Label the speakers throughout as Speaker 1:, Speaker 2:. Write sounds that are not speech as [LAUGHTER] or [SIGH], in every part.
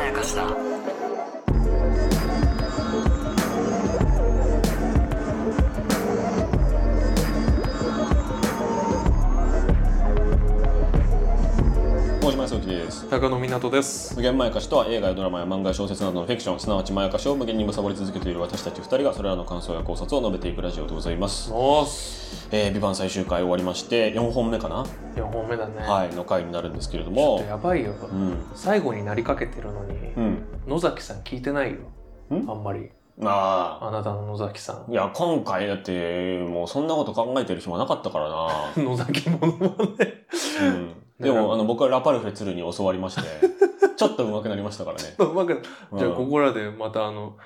Speaker 1: やかしだ
Speaker 2: 大島康之です
Speaker 3: 高野湊です。
Speaker 2: 無限まやかしとは映画やドラマや漫画や小説などのフィクションすなわちまやかしを無限に貪り続けている私たち2人がそれらの感想や考察を述べていくラジオでございます
Speaker 3: おーす。
Speaker 2: 「えー、ビバン最終回終わりまして4本目かな、
Speaker 3: 4本目だね。
Speaker 2: はい、の回になるんですけれど
Speaker 3: ちょっ
Speaker 2: も
Speaker 3: とやばいよ。
Speaker 2: うん
Speaker 3: 最後になりかけてるのに、
Speaker 2: うん
Speaker 3: 野崎さん聞いてないよ。
Speaker 2: ん
Speaker 3: あんまり。
Speaker 2: まあ
Speaker 3: あなたの野崎さん
Speaker 2: い。や今回だってもうそんなこと考えてる暇なかったからな
Speaker 3: 野崎ものまね。
Speaker 2: うんでもあの僕はラパルフェ鶴に教わりましてちょっと上手くなりましたからね、
Speaker 3: うまく、じゃあ
Speaker 2: うん
Speaker 3: ここらでまたあの、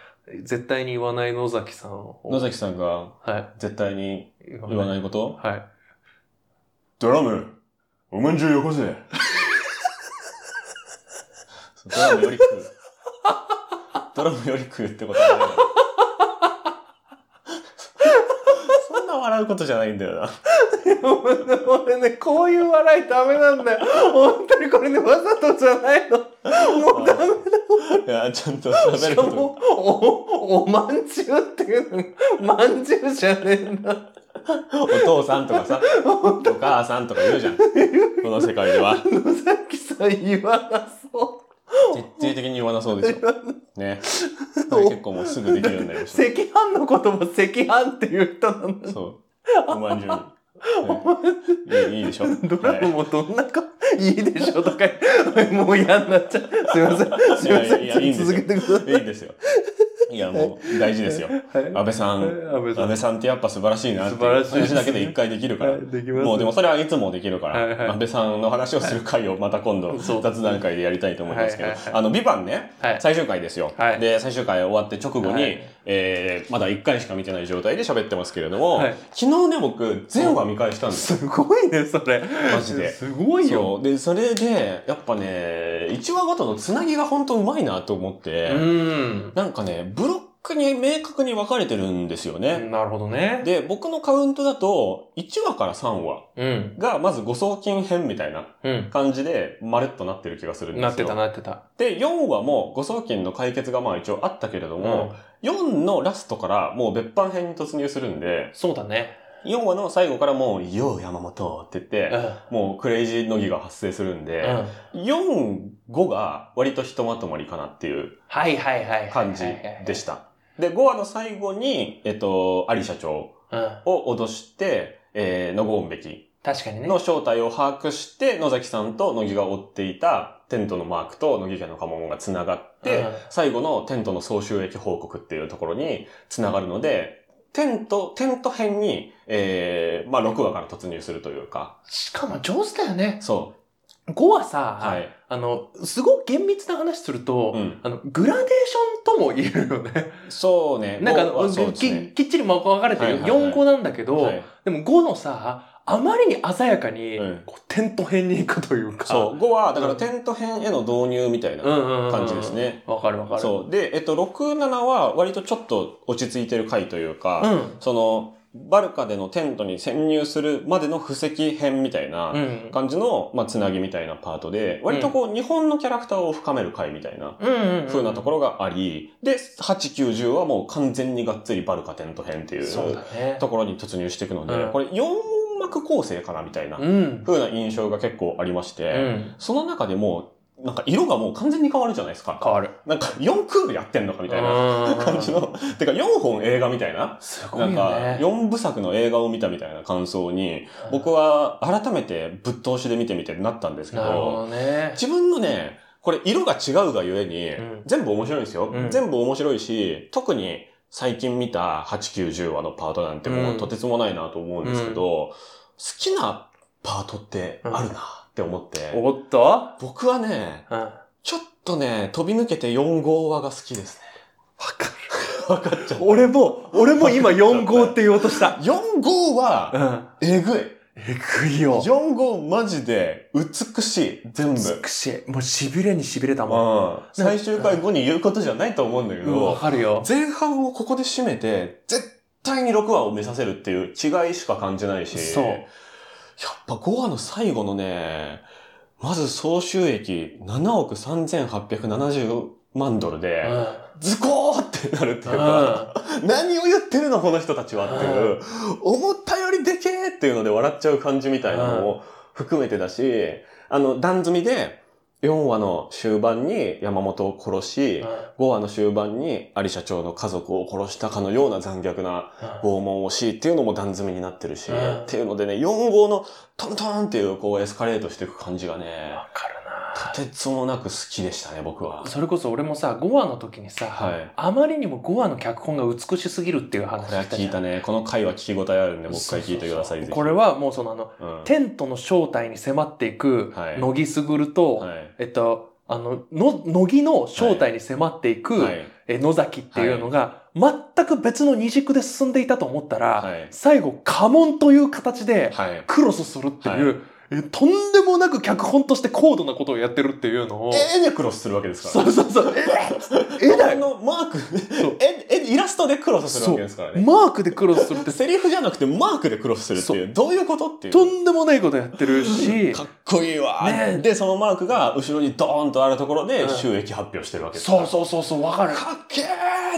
Speaker 3: 絶対に言わない野崎さんを。
Speaker 2: 野崎さんが
Speaker 3: は
Speaker 2: 絶対に
Speaker 3: い。言。
Speaker 2: 言わないいこと
Speaker 3: はい。 [LAUGHS]
Speaker 2: ドラム、おまんじゅうよこせ。ドラムより食う。ドラムより食うってことはないだろ。そんな笑うことじゃないんだよな。
Speaker 3: 俺ね、こういう笑いダメなんだよ。本当にこれね、わざとじゃないの。もうダメ
Speaker 2: いや、ちゃんと喋
Speaker 3: し
Speaker 2: る
Speaker 3: か
Speaker 2: こ
Speaker 3: も、お、おまんじゅうっていうの、まんじゅうじゃねえんだ。
Speaker 2: と。お父さんとかさ、お母さんとか言うじゃん。この世界では。
Speaker 3: 野崎さん言わなそ
Speaker 2: 徹底的に言わなそうですよ。ね。それ結構もうすぐできるようになりま
Speaker 3: う。
Speaker 2: し
Speaker 3: 赤飯のことも赤飯っていう人なんだ
Speaker 2: た。。そう。おまんじゅう。ねいいいいでしょ。
Speaker 3: ドラム
Speaker 2: はい
Speaker 3: もどんなか、いいでしょとか言う、もう嫌になっちゃう。すいません、すいま
Speaker 2: いやいやい
Speaker 3: せ
Speaker 2: いんですよ
Speaker 3: ん、続けてください。
Speaker 2: いいですよ。いや、もう大事ですよ。
Speaker 3: はい
Speaker 2: 安倍さん、
Speaker 3: はい安倍さん
Speaker 2: 安倍さんってやっぱ素晴らしいなって
Speaker 3: 素晴らしいです
Speaker 2: 話だけで一回できるから。
Speaker 3: はいできます
Speaker 2: もうでもそれはいつもできるから、
Speaker 3: はいはい
Speaker 2: 安倍さんの話をする回をまた今度
Speaker 3: そう
Speaker 2: 雑談会でやりたいと思いますけど、
Speaker 3: はいはいはい
Speaker 2: あの、ビバンね、
Speaker 3: はい
Speaker 2: 最終回ですよ、
Speaker 3: はい
Speaker 2: で、最終回終わって直後に、
Speaker 3: はい
Speaker 2: えーまだ1回しか見てない状態で喋ってますけれども、
Speaker 3: はい
Speaker 2: 昨日ね、僕、全話見返したんですよ。
Speaker 3: すごいね、それ。
Speaker 2: マジです
Speaker 3: ごいよ。
Speaker 2: そうで、それで、やっぱね、1話ごとのつなぎが本当うまいなと思って、
Speaker 3: うん。
Speaker 2: なんかね、ブロックに明確に分かれてるんですよね。
Speaker 3: なるほどね。
Speaker 2: で、僕のカウントだと、1話から3話
Speaker 3: うん。
Speaker 2: が、まず誤送金編みたいな
Speaker 3: う
Speaker 2: 感じで、まるっとなってる気がするん
Speaker 3: ん。
Speaker 2: で
Speaker 3: なっ
Speaker 2: す
Speaker 3: て
Speaker 2: よ。
Speaker 3: た、なってた。
Speaker 2: で、4話も誤送金の解決がまあ一応あったけれども、4のラストからもう別版編に突入するんで、
Speaker 3: そうだね。
Speaker 2: 4話の最後からもう、よう山本って言っ
Speaker 3: うん。う
Speaker 2: て、もうクレイジーのぎが発生するんで、
Speaker 3: ん。
Speaker 2: 4、5が割とひとまとまりかなっていう
Speaker 3: はいはいはい。
Speaker 2: 感じでし。た。で、5話の最後に、えっと、有社長
Speaker 3: うん。
Speaker 2: を脅して、えー、ノゴーンべき
Speaker 3: 確かにね。
Speaker 2: の正体を把握して、野崎さんと乃木が追っていたテントのマークと乃木家の家紋が繋がって、
Speaker 3: うん
Speaker 2: 最後のテントの総収益報告っていうところに繋がるので、テント、テント編に、えー、まあ、6話から突入するというか、
Speaker 3: しかも上手だよね。
Speaker 2: そ
Speaker 3: 5は
Speaker 2: う。
Speaker 3: さ、
Speaker 2: はい。
Speaker 3: あの、すごく厳密な話すると、
Speaker 2: うん
Speaker 3: あの、グラデーションとも言えるよね。
Speaker 2: そうね。
Speaker 3: なんかあ
Speaker 2: 5は
Speaker 3: の、
Speaker 2: そうです
Speaker 3: き
Speaker 2: ね。
Speaker 3: きっちり分かれて
Speaker 2: はい
Speaker 3: る
Speaker 2: はいはい
Speaker 3: 4個なんだけど、
Speaker 2: はい
Speaker 3: でも5のさ、あまりに鮮やかに、
Speaker 2: うん
Speaker 3: こうテント編に行くというか。
Speaker 2: そう。5は、だからテント編への導入みたいな。
Speaker 3: うんうんうん
Speaker 2: 感じですね。
Speaker 3: わかるわかる。
Speaker 2: そう。で、えっと、6、7は割とちょっと落ち着いてる回というか、
Speaker 3: うん。
Speaker 2: その、バルカでのテントに潜入するまでの布石編みたいな
Speaker 3: うん。
Speaker 2: 感じの、まあ、つなぎみたいなパートで、割とこう、日本のキャラクターを深める回みたいな。
Speaker 3: うんうんうん。
Speaker 2: 風なところがあり、で、8、9、10はもう完全にがっつりバルカテント編ってい
Speaker 3: そう
Speaker 2: う
Speaker 3: だね。
Speaker 2: ところに突入していくので、
Speaker 3: うん
Speaker 2: これ4音幕構成かなみたいな
Speaker 3: うん。
Speaker 2: 風な印象が結構ありまして、
Speaker 3: うん。
Speaker 2: その中でもう、なんか色がもう完全に変わるじゃないですか。
Speaker 3: 変わる。
Speaker 2: なんか4クールやってんのかみたいな
Speaker 3: な
Speaker 2: 感じ。の、てか4本映画みたいな、
Speaker 3: すご
Speaker 2: な
Speaker 3: いよ
Speaker 2: ん
Speaker 3: ね。
Speaker 2: か4部作の映画を見たみたいな感想に、僕
Speaker 3: は、
Speaker 2: は改めてぶっ通しで見てみてなったんですけ
Speaker 3: なるほ
Speaker 2: ど、
Speaker 3: どね。
Speaker 2: 自分のね、これ色が違うがゆえに、
Speaker 3: うん
Speaker 2: 全部面白いんですよ、
Speaker 3: うん
Speaker 2: 全部面白いし、特に最近見た8、9、10話のパートなんてもううんとてつもないなと思うんですけど、好きなパートってあるなって思って、
Speaker 3: おっと
Speaker 2: 僕はね、
Speaker 3: うん。わ
Speaker 2: ちょっとね、飛び抜けて4号話が好きですね。
Speaker 3: かる。
Speaker 2: 分かっちゃった。
Speaker 3: 俺も、俺も今4号って言おうとした。
Speaker 2: 4号は、
Speaker 3: ん。
Speaker 2: えぐい。
Speaker 3: えぐいよ。
Speaker 2: 4号マジで、美しい。全部。
Speaker 3: 美しい。もう痺れに痺れたもん。
Speaker 2: うん。最終回後に言うことじゃないと思うんだけ
Speaker 3: うんわ
Speaker 2: ど、
Speaker 3: かるよ。
Speaker 2: 前半をここで締めて、絶対に6話を目指せるっていう違いしか感じないし、
Speaker 3: そう
Speaker 2: やっぱ5話の最後のね、まず総収益7億3870万ドルで、ズコーってなるっていうか、何を言ってるのこの人たちはっていう、思ったよりでけーっていうので笑っちゃう感じみたいなのも含めてだし、あの、段積みで、4話の終盤に山本を殺し、5話の終盤に有社長の家族を殺したかのような残虐な拷問をしっていうのも段積みになってるし、
Speaker 3: うん
Speaker 2: っていうのでね、4号のトントンっていうこうエスカレートしていく感じがね、
Speaker 3: わかるな
Speaker 2: とてつもなく好きでしたね、僕は。
Speaker 3: それこそ俺もさ5話の時にさ、
Speaker 2: はい。
Speaker 3: あまりにも5話の脚本が美しすぎるっていう話
Speaker 2: これは
Speaker 3: じゃん
Speaker 2: 聞いたね。この回は聞き応えあるんで、もう一回聞いてください、
Speaker 3: そうそうそう
Speaker 2: ぜひ。
Speaker 3: これ、はもうそのあの
Speaker 2: うん、
Speaker 3: テントの正体に迫っていく
Speaker 2: はい
Speaker 3: 乃木卓と、
Speaker 2: はい。
Speaker 3: えっとあのの乃木の正体に迫っていく、
Speaker 2: はい。
Speaker 3: え野崎っていうのが、全く別の二軸で進んでいたと思ったら、
Speaker 2: はい
Speaker 3: 最後家紋という形で
Speaker 2: はい。
Speaker 3: クロスするっていう、えとんでもなく脚本として高度なことをやってるっていうのを。
Speaker 2: 絵でクロスするわけですから
Speaker 3: そう
Speaker 2: ね。
Speaker 3: そうそう。ええだよ。
Speaker 2: のマーク
Speaker 3: う、
Speaker 2: 絵、絵、イラストでクロスするわけですからね。
Speaker 3: マークでクロスするって
Speaker 2: セリフじゃなくてマークでクロスするっていう、どういうことっていう。
Speaker 3: とんでもないことやってるし、
Speaker 2: かっこいいわ、
Speaker 3: ねえ
Speaker 2: で、そのマークが後ろにドーンとあるところで
Speaker 3: うん
Speaker 2: 収益発表してるわけですから
Speaker 3: そうそうそうそう、わかる。
Speaker 2: かっけ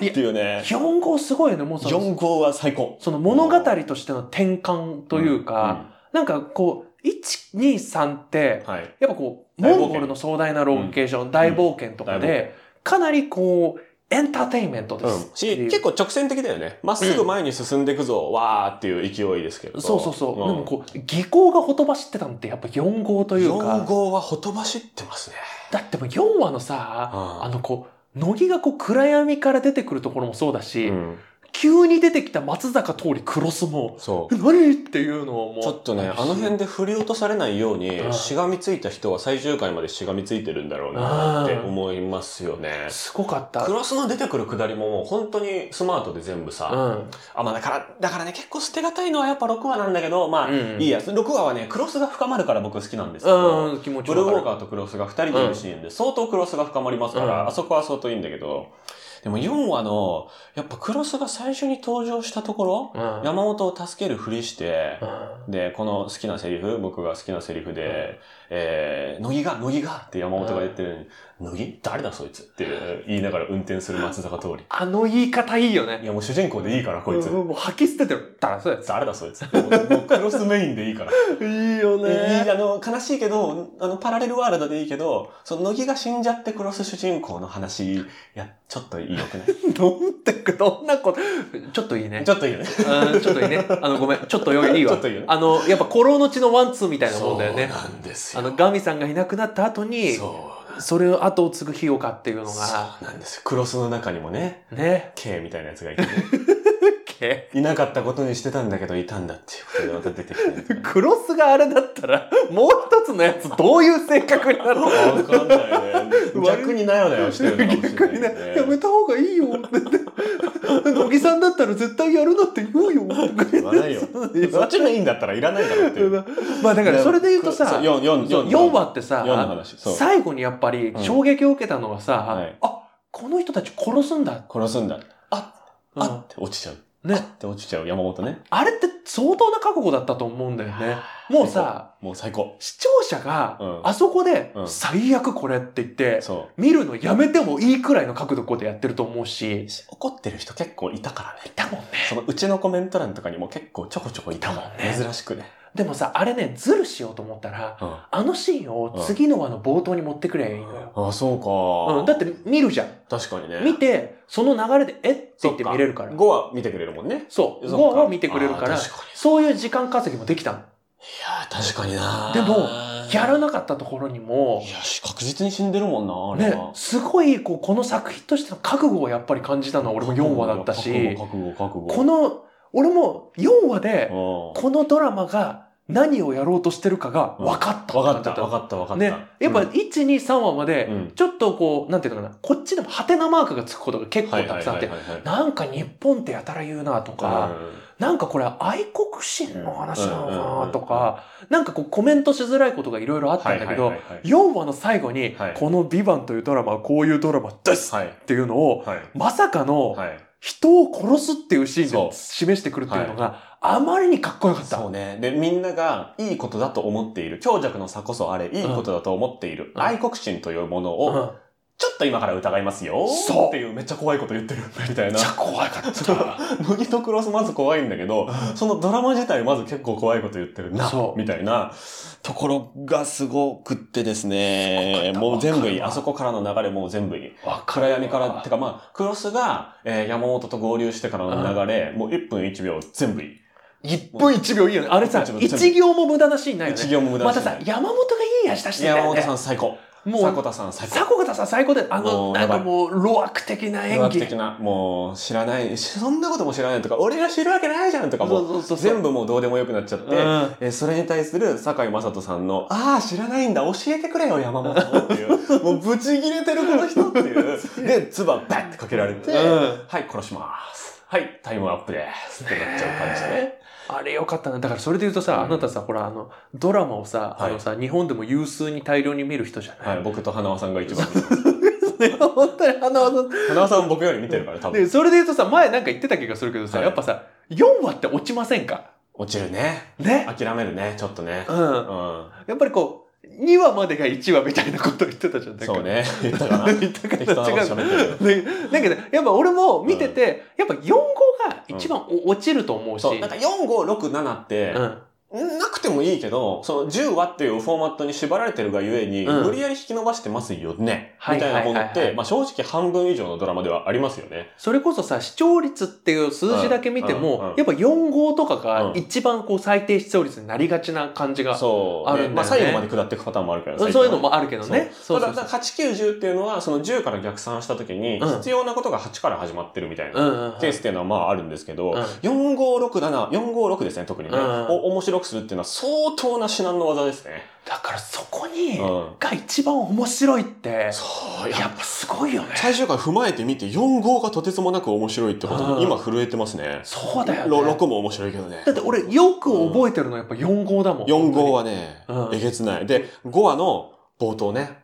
Speaker 2: ーっていうね。
Speaker 3: 4号すごいよね、もうその
Speaker 2: 4号は最高。
Speaker 3: その物語としての転換というか、なんかこう、1、2、3って
Speaker 2: うん、、はい。
Speaker 3: やっぱこう、
Speaker 2: 大冒険
Speaker 3: モンゴルの壮大なロケーション、大冒険とか
Speaker 2: 大冒
Speaker 3: で、かなりこう、エンターテインメントで
Speaker 2: うん
Speaker 3: す。、
Speaker 2: し結構直線的だよね。まっすぐ前に進んでいくぞ、わーっていう勢いですけれど。
Speaker 3: そうそうそう。
Speaker 2: ん
Speaker 3: でもこう、技巧がほとばしってたのってやっぱ4号という
Speaker 2: 4
Speaker 3: か、
Speaker 2: 号はほとばしってますね。
Speaker 3: だってもう4話のさ、
Speaker 2: あ
Speaker 3: あのこう、乃木がこう暗闇から出てくるところもそうだし、
Speaker 2: うん、
Speaker 3: 急に出てきた松坂通りクロスも、
Speaker 2: そう。
Speaker 3: 何っていうのをもう。
Speaker 2: ちょっとね、あの辺
Speaker 3: で。
Speaker 2: で振り落とされないよう
Speaker 3: う
Speaker 2: に、
Speaker 3: ん
Speaker 2: しがみついた人は最終回までしがみついてるんだろうなって思いますよね。
Speaker 3: すごかった。
Speaker 2: クロスの出てくるくだりももう本当にスマートで全部
Speaker 3: う
Speaker 2: さ、
Speaker 3: ん。
Speaker 2: あ、まあだから、だからね、結構捨てがたいのはやっぱ6話なんだけど、まあ、
Speaker 3: うん
Speaker 2: いいや、6話はね、クロスが深まるから僕好きなんですけど、
Speaker 3: うん、気持ち
Speaker 2: ブルーウ
Speaker 3: わ
Speaker 2: ォー
Speaker 3: か
Speaker 2: カーとクロスが2人でいるシーンで相当クロスが深まりますから、
Speaker 3: うん
Speaker 2: あそこは相当いいんだけど、でも4話の、やっぱクロスが最初に登場したところ、
Speaker 3: る。うん。
Speaker 2: 山本を助けるふりして、
Speaker 3: うん
Speaker 2: で、この好きなセリフ、僕が好きなセリフで、えー、乃木が、乃木がって山本が言ってるのに、乃木誰だそいつって言いながら運転する松坂通り。
Speaker 3: あの言い方いいよ
Speaker 2: い
Speaker 3: ね。
Speaker 2: や、もう主人公でいいから、こいつ
Speaker 3: うん。もう吐き捨ててる。だからそうや
Speaker 2: 誰だそいつ。もうもうクロスメインでいいから。
Speaker 3: いいよ
Speaker 2: いい。あの、悲しいけど、あの、パラレルワールドでいいけど、その、乃木が死んじゃってクロス主人公の話、いや、ちょっといいよくない
Speaker 3: どんてく、どんなこと。ちょっといいね。
Speaker 2: ちょっといいよね。
Speaker 3: うんちょっといいね。あの、ごめん。ちょっとよいいい
Speaker 2: ちょ
Speaker 3: わ
Speaker 2: っ。といいよね。
Speaker 3: あの、やっぱ、古老の血のワンツーみたいなも
Speaker 2: そ
Speaker 3: ん
Speaker 2: う
Speaker 3: だよね。
Speaker 2: なんです
Speaker 3: あ
Speaker 2: よ。
Speaker 3: の、ガミさんがいなくなった後に、
Speaker 2: そうなん
Speaker 3: それを後を継ぐ日岡っていうのが、
Speaker 2: そうなんですよ。クロスの中にもね、
Speaker 3: ね。
Speaker 2: K みたいなやつがいてね、 [LAUGHS]
Speaker 3: け
Speaker 2: いなかったことにしてたんだけど、いたんだっていうことでまた出てきてるん
Speaker 3: [LAUGHS]
Speaker 2: ですね。
Speaker 3: クロスがあれだったら、もう一つのやつどういう性格になるの
Speaker 2: わかんないね。逆になよなよしてるのかもし
Speaker 3: 逆
Speaker 2: れない
Speaker 3: にね
Speaker 2: です、ね。
Speaker 3: やめた方がい [LAUGHS] いよ。乃木さんだったら絶対やるなって言うよ。
Speaker 2: 言わないよ。
Speaker 3: 言
Speaker 2: そ
Speaker 3: [LAUGHS] わ
Speaker 2: っちがいいんだったらいらないだろうっていう。
Speaker 3: まあだからそれで言うとさ、
Speaker 2: 4、4、
Speaker 3: そう
Speaker 2: 4。
Speaker 3: 4話ってさ
Speaker 2: 4の話。そう。
Speaker 3: 最後にやっぱり
Speaker 2: うん
Speaker 3: 衝撃を受けたのはさ、
Speaker 2: はい
Speaker 3: あこの人たち殺すんだ、
Speaker 2: 殺すんだ。あ
Speaker 3: うん
Speaker 2: あって落ちちゃう。あ
Speaker 3: ね、
Speaker 2: って落ちちゃう山本ね。
Speaker 3: あれって相当な覚悟だったと思うんだよねもうさ
Speaker 2: もう最高。
Speaker 3: 視聴者が
Speaker 2: うん
Speaker 3: あそこで
Speaker 2: う
Speaker 3: 「
Speaker 2: ん
Speaker 3: 最悪これ」って言って、
Speaker 2: そ
Speaker 3: 見るのやめてもいいくらいの角度でやってると思うし
Speaker 2: う。怒ってる人結構いたからね。
Speaker 3: だもんね
Speaker 2: そのうちのコメント欄とかにも結構ちょこちょこいたもんね。珍しくね。
Speaker 3: でもさあれねズルしようと思ったら
Speaker 2: うん
Speaker 3: あのシーンを次の話の冒頭に持ってくればいいのよ、
Speaker 2: あ、そう
Speaker 3: う
Speaker 2: か。
Speaker 3: ん、だって見るじゃん
Speaker 2: 確かにね。
Speaker 3: 見てその流れで「えっ?」って言って見れるから
Speaker 2: 5は見てくれるもんね。
Speaker 3: そう
Speaker 2: そ
Speaker 3: 5
Speaker 2: っか
Speaker 3: 話は見てくれるから
Speaker 2: あー確かに
Speaker 3: そういう時間稼ぎもできたの
Speaker 2: いやー、確かにな
Speaker 3: でも、やら
Speaker 2: い
Speaker 3: なかったところにも、
Speaker 2: や、し確実に死んでるもんな、あれ
Speaker 3: ね
Speaker 2: は。、
Speaker 3: すごいこうこの作品としての覚悟をやっぱり感じたのは俺も4話だったし
Speaker 2: 覚、悟、覚悟、覚悟。
Speaker 3: この、俺も4話で、
Speaker 2: の、
Speaker 3: このドラマが何をやろうとしてるかが分かった
Speaker 2: わかった、わか
Speaker 3: 感
Speaker 2: った、わかった。
Speaker 3: じだった。ね、やっぱ
Speaker 2: うん
Speaker 3: 1、2、3話まで
Speaker 2: うん、
Speaker 3: ちょっとこう、なんていうのかな、こっちでもハテナマークがつくことが結構たくさんあって、
Speaker 2: はいはいはいはい
Speaker 3: なんか日本ってやたら言うなとか、なんかこれ愛国心の話なのかなとか、なんかこうコメントしづらいことがいろいろあったんだけど、
Speaker 2: はいはいはい
Speaker 3: 4話の最後に、
Speaker 2: はい
Speaker 3: この「ビバンというドラマはこういうドラマです
Speaker 2: はい
Speaker 3: っていうのを、
Speaker 2: はい
Speaker 3: まさかの
Speaker 2: はい
Speaker 3: 人を殺すっていうシーン
Speaker 2: そう
Speaker 3: で示してくるっていうのが、あまりにかっこよかった。
Speaker 2: そうね。で、みんながいいことだと思っている。強弱の差こそあれ、いいことだと思っている。
Speaker 3: うん
Speaker 2: 愛国心というもの
Speaker 3: う
Speaker 2: を、
Speaker 3: ん
Speaker 2: ちょっと今から疑いますよ。
Speaker 3: そう
Speaker 2: っていう、めっちゃ怖いこと言ってる。 [LAUGHS] みたい
Speaker 3: めっ
Speaker 2: な
Speaker 3: ち。ゃ怖かっ
Speaker 2: そう
Speaker 3: た。
Speaker 2: 麦とクロスまず怖いんだけど、そのドラマ自体まず結構怖いこと言ってるな
Speaker 3: そ、う
Speaker 2: みたいなところがすごくってです
Speaker 3: すごか
Speaker 2: ね
Speaker 3: っ、た
Speaker 2: もう全部いい。
Speaker 3: わかるわ
Speaker 2: あそこからの流れもう全部いい。
Speaker 3: わかる
Speaker 2: 暗闇から、てかまあ、クロスが、えー山本と合流してからの流れ、もう1分1秒全部いい。
Speaker 3: 1分1秒いいよね。あれさ
Speaker 2: 一、分一秒
Speaker 3: 1行も無駄なシーンないよ
Speaker 2: 一
Speaker 3: ね。
Speaker 2: 行も無駄
Speaker 3: ま
Speaker 2: だ
Speaker 3: た
Speaker 2: しな
Speaker 3: さ
Speaker 2: い、
Speaker 3: 山本がいい味出してた
Speaker 2: 山
Speaker 3: よ
Speaker 2: 本
Speaker 3: ね
Speaker 2: さ。ん最高。
Speaker 3: も
Speaker 2: 迫
Speaker 3: う、
Speaker 2: 田さん最高。
Speaker 3: 迫田さん最高で、あ
Speaker 2: も
Speaker 3: の、
Speaker 2: う
Speaker 3: な
Speaker 2: や
Speaker 3: ん
Speaker 2: ばい
Speaker 3: かもう、路悪的な演
Speaker 2: 科学
Speaker 3: 技。
Speaker 2: 的な、もう知らない、そんなことも知らないとか、俺が知るわけないじゃんとか、もう
Speaker 3: そうそうそう
Speaker 2: 全部もうどうでもよくなっちゃって、
Speaker 3: うん
Speaker 2: えーそれに対する堺雅人さんの、ああ、知らないんだ、教えてくれよ、山本っていう、
Speaker 3: [LAUGHS]
Speaker 2: もうブチギレてるこの人っていう。で、唾バッてかけられて、
Speaker 3: うん
Speaker 2: はい、殺します。はい、タイムアップです。ってなっちゃう感じで。
Speaker 3: あれよかったな。だからそれで言うとさ、
Speaker 2: うん
Speaker 3: あなたさ、ほら、あの、ドラマをさ、
Speaker 2: はい
Speaker 3: あのさ、日本でも有数に大量に見る人じゃな、
Speaker 2: はいい、僕と花輪さんが一番。
Speaker 3: [LAUGHS] 本当にあの、あの、
Speaker 2: 花輪さん僕より見てるから、多分。
Speaker 3: で、それで言うとさ、前なんか言ってた気がするけどさ、
Speaker 2: はい
Speaker 3: やっぱさ、4話って落ちませんか
Speaker 2: 落ちるね。
Speaker 3: ね。
Speaker 2: 諦めるね、ちょっとね
Speaker 3: う。。
Speaker 2: うんん。
Speaker 3: やっぱりこう、2話までが1話みたいなこと言ってたじゃん。なんか
Speaker 2: そう。ね。 [LAUGHS] 言った
Speaker 3: [LAUGHS]
Speaker 2: かな。
Speaker 3: 言ったか
Speaker 2: 適当なこと
Speaker 3: [LAUGHS] ら違う。
Speaker 2: 喋ってる。
Speaker 3: ねだけど、やっぱ俺も見てて、やっぱ4号が一番お落ちると思うし、
Speaker 2: そう、なんか4、5、6、7って
Speaker 3: う、ん
Speaker 2: なくてもいいけど、その10話っていうフォーマットに縛られてるがゆえに、
Speaker 3: うん
Speaker 2: 無理やり引き伸ばしてますよね。
Speaker 3: はい
Speaker 2: みたいなもの
Speaker 3: は
Speaker 2: っ
Speaker 3: いはいは
Speaker 2: て、
Speaker 3: い
Speaker 2: まあ正直半分以上のドラマではありますよね。
Speaker 3: それこそさ、視聴率っていう数字だけ見て
Speaker 2: うんうんう
Speaker 3: も
Speaker 2: ん、
Speaker 3: やっぱ4号とか
Speaker 2: う
Speaker 3: が
Speaker 2: ん
Speaker 3: 一番こう最低視聴率になりがちな感じが、
Speaker 2: そ
Speaker 3: そ
Speaker 2: う。
Speaker 3: あるんだよね
Speaker 2: まあ最後まで下っていくパターンもあるから
Speaker 3: ういうの。もあるけどね。そ
Speaker 2: 最近は
Speaker 3: うそ
Speaker 2: た
Speaker 3: うそ
Speaker 2: だ、
Speaker 3: う。
Speaker 2: 8、9、10っていうのは、その10から逆算した時に、
Speaker 3: うん
Speaker 2: 必要なことが8から始まってるみたいな。
Speaker 3: うんうんうん
Speaker 2: ケースっていうのはまああるんですけど、
Speaker 3: うん
Speaker 2: 4567、456ですね、特にね、
Speaker 3: うん
Speaker 2: を面白くするっていうのは相当な至難の技ですね。
Speaker 3: だからそこに、
Speaker 2: うん。
Speaker 3: が一番面白いって、
Speaker 2: そう、
Speaker 3: やっぱすごいよね。
Speaker 2: 最終回踏まえてみて、4号がとてつもなく面白いってこと
Speaker 3: うん
Speaker 2: に、今震えてますね。
Speaker 3: そうだよ
Speaker 2: ろ
Speaker 3: ね。
Speaker 2: 6も面白いけどね
Speaker 3: だ。って俺よく覚えてるのはやっぱ4号だもん。
Speaker 2: 4号はね
Speaker 3: う、ん
Speaker 2: えげつない。で、5話の冒頭ね。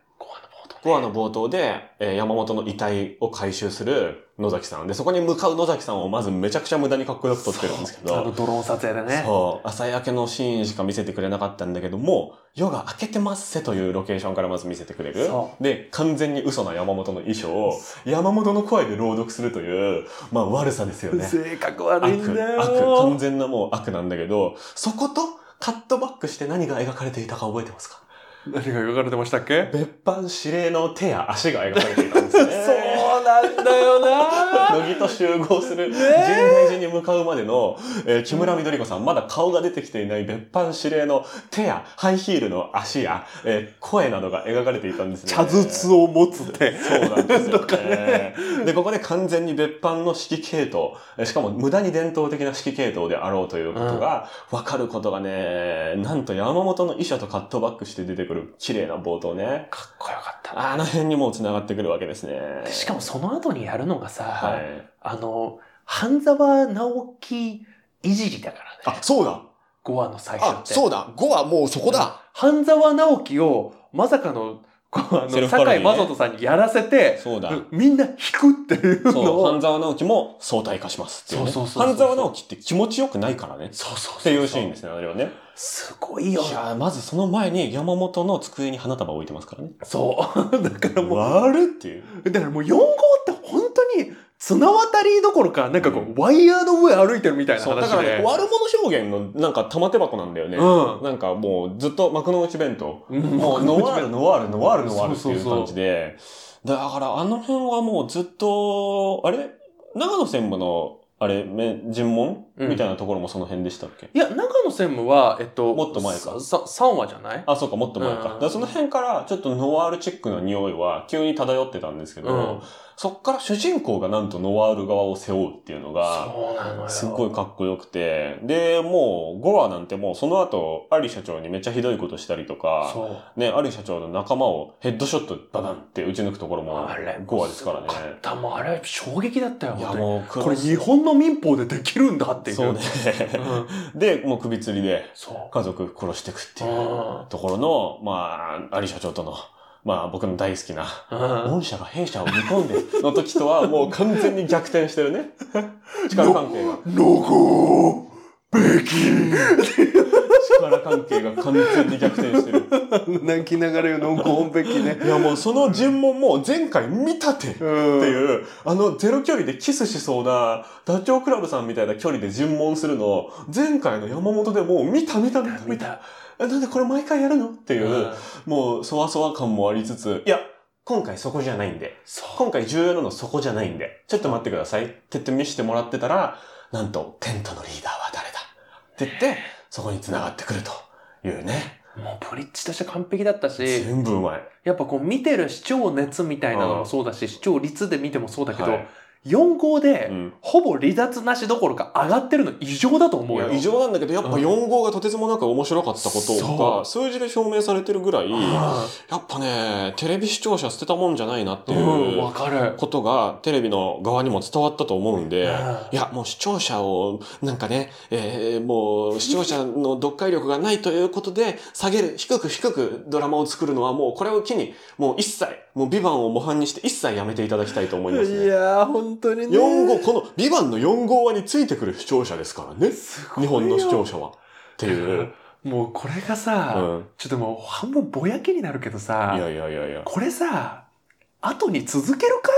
Speaker 3: 5話
Speaker 2: 5話
Speaker 3: の冒頭
Speaker 2: の冒頭で、えー山本の遺体を回収する野崎さん。で、そこに向かう野崎さんをまずめちゃくちゃ無駄にかっこよく撮ってるんですけ
Speaker 3: そうあの
Speaker 2: ど。
Speaker 3: ドローン撮影でね。
Speaker 2: そう。朝焼けのシーンしか見せてくれなかったんだけども、夜が明けてますせというロケーションからまず見せてくれる
Speaker 3: そ。
Speaker 2: で、完全に嘘な山本の衣装を山本の声で朗読するという、まあ悪さですよね。
Speaker 3: 性格悪いんだよ。
Speaker 2: 悪、悪、完全なもう悪なんだけど、そことカットバックして何が描かれていたか覚えてますか
Speaker 3: 何が描かれてましたっけ
Speaker 2: 別班指令の手や足が描かれていたんです [LAUGHS] ね。
Speaker 3: そうなんだよな
Speaker 2: 乃木と集合する、
Speaker 3: ね
Speaker 2: 神
Speaker 3: え
Speaker 2: 明寺に向かうまでの、えー木村みどり子さん、まだ顔が出てきていない別班指令の手や、ハイヒールの足や、えー声などが描かれていたんですね。
Speaker 3: 茶筒を持つって。
Speaker 2: そうなんですよね。で、ここで完全に別班の指揮系統、えしかも無駄に伝統的な指揮系統であろうということが、分かることがね、なんと山本の衣装とカットバックして出てくる綺麗な冒頭ね。
Speaker 3: かっこよかったな。
Speaker 2: あの辺にもう繋がってくるわけですね。
Speaker 3: でしかもその後にやるのがさ、
Speaker 2: はい。
Speaker 3: あの、半沢直樹いじりだからね。
Speaker 2: あ、そうだ
Speaker 3: 5話の最初
Speaker 2: あ
Speaker 3: っ、て。
Speaker 2: そうだ !5 はもうそこだ
Speaker 3: 半沢直樹をまさかの、こうあ
Speaker 2: セル
Speaker 3: の、
Speaker 2: フパロディ
Speaker 3: 堺
Speaker 2: ね
Speaker 3: 雅人さんにやらせて、
Speaker 2: そうだ。
Speaker 3: みんな引くって [LAUGHS] いうの
Speaker 2: そう、
Speaker 3: を。
Speaker 2: 半沢直樹も相対化しますっていね
Speaker 3: そうそうそうそう
Speaker 2: 半沢直樹って気持ちよくないからね。
Speaker 3: そうそうそうそう
Speaker 2: っていうシーンですね、あれはね。
Speaker 3: すごい
Speaker 2: い
Speaker 3: よ。
Speaker 2: やーまずその前に山本の机に花束を置いてますからね。
Speaker 3: そう。だ [LAUGHS] からも
Speaker 2: 割るっていう。
Speaker 3: う、だからもう4号って本当に綱渡りどころか、なんかこう、ワイヤーの上歩いてるみたいな
Speaker 2: そう、
Speaker 3: 話
Speaker 2: だから
Speaker 3: で。
Speaker 2: ね、悪者表現のなんか玉手箱なんだよね。
Speaker 3: う
Speaker 2: なんかもうずっと幕の内弁当。
Speaker 3: ん。
Speaker 2: もうノワ
Speaker 3: [LAUGHS]
Speaker 2: ール、ノワール、ノワール、ノワールって
Speaker 3: そう
Speaker 2: い
Speaker 3: そ
Speaker 2: う
Speaker 3: うそ
Speaker 2: 感
Speaker 3: う
Speaker 2: じで。だからあの辺はもうずっと、あれ長野専務の、あれ、め尋問、
Speaker 3: うん
Speaker 2: みたいなところもその辺でしたっけ
Speaker 3: いや、長野専務は、えっと、
Speaker 2: もっと前か
Speaker 3: ささ3話じゃない
Speaker 2: あ、そうか、もっと前か。
Speaker 3: うん
Speaker 2: だからその辺からちょっとノワールチックな匂いは急に漂ってたんですけ
Speaker 3: う
Speaker 2: ど、
Speaker 3: ん。
Speaker 2: そっから主人公がなんとノワール側を背負うっていうのが、
Speaker 3: そうなのよ。
Speaker 2: すごいかっこよくて。で、もう、5話なんてもうその後、アリ社長にめっちゃひどいことしたりとか、
Speaker 3: そう。
Speaker 2: ね、アリ社長の仲間をヘッドショットでババンって撃ち抜くところも
Speaker 3: あれ、
Speaker 2: 5話ですからね。
Speaker 3: だもうあれは衝撃だったよ。
Speaker 2: いや
Speaker 3: 本当に
Speaker 2: もう、
Speaker 3: これ日本の民法でできるんだっていう。
Speaker 2: そうね。
Speaker 3: うん。
Speaker 2: で、もう首吊りで
Speaker 3: そう。
Speaker 2: 家族殺してく [LAUGHS] っていう
Speaker 3: う
Speaker 2: ところの、まあ、アリ社長との、まあ僕の大好きな、
Speaker 3: ん。
Speaker 2: 御社が弊社を見込んでの [LAUGHS] 時とはもう完全に逆転してるね。力関係が。
Speaker 3: ロゴ
Speaker 2: べき力関係が完全に逆転してる。
Speaker 3: 泣きながら言うの、ゴンべきね。
Speaker 2: いやもうその尋問も前回見たてっていう、あのゼロ距離でキスしそうなダチョウ倶楽部さんみたいな距離で尋問するの、前回の山本でもう見た見た見た見た。なんでこれ毎回やるのっていう、もうそわそわ感もありつつ、いや、今回そこじゃないんで、今回重要なのそこじゃないんで、ちょっと待ってくださいって言って見せてもらってたら、なんとテントのリーダーは誰だって言って、そこに繋がってくるというね。
Speaker 3: もうブリッジとして完璧だったし。
Speaker 2: 全部うまい。
Speaker 3: やっぱこう見てる視聴熱みたいなのもそうだし、視聴率で見てもそうだけど、はい、4号で、うん、ほぼ離脱なしどころか上がってるの異常だと思うよ。
Speaker 2: 異常なんだけど、やっぱ4号がとてつもなく面白かったことが、うん、数字で証明されてるぐらい、やっぱね、テレビ視聴者捨てたもんじゃないなっていう、
Speaker 3: わかる。
Speaker 2: ことがテレビの側にも伝わったと思うんで、うん、いや、もう視聴者を、なんかね、えー、もう視聴者の読解力がないということで、下げる、低く低くドラマを作るのはもうこれを機に、もう一切、もうビバンを模範にして一切やめていただきたいと思います、ね、
Speaker 3: いや本当にね。
Speaker 2: 4号、この、ビバンの4号話についてくる視聴者ですからね。日本の視聴者は。っていう。
Speaker 3: もうこれがさ、うん、ちょっともう半分ぼやけになるけどさ、
Speaker 2: いやいやいやいや。
Speaker 3: これさ、後に続けるか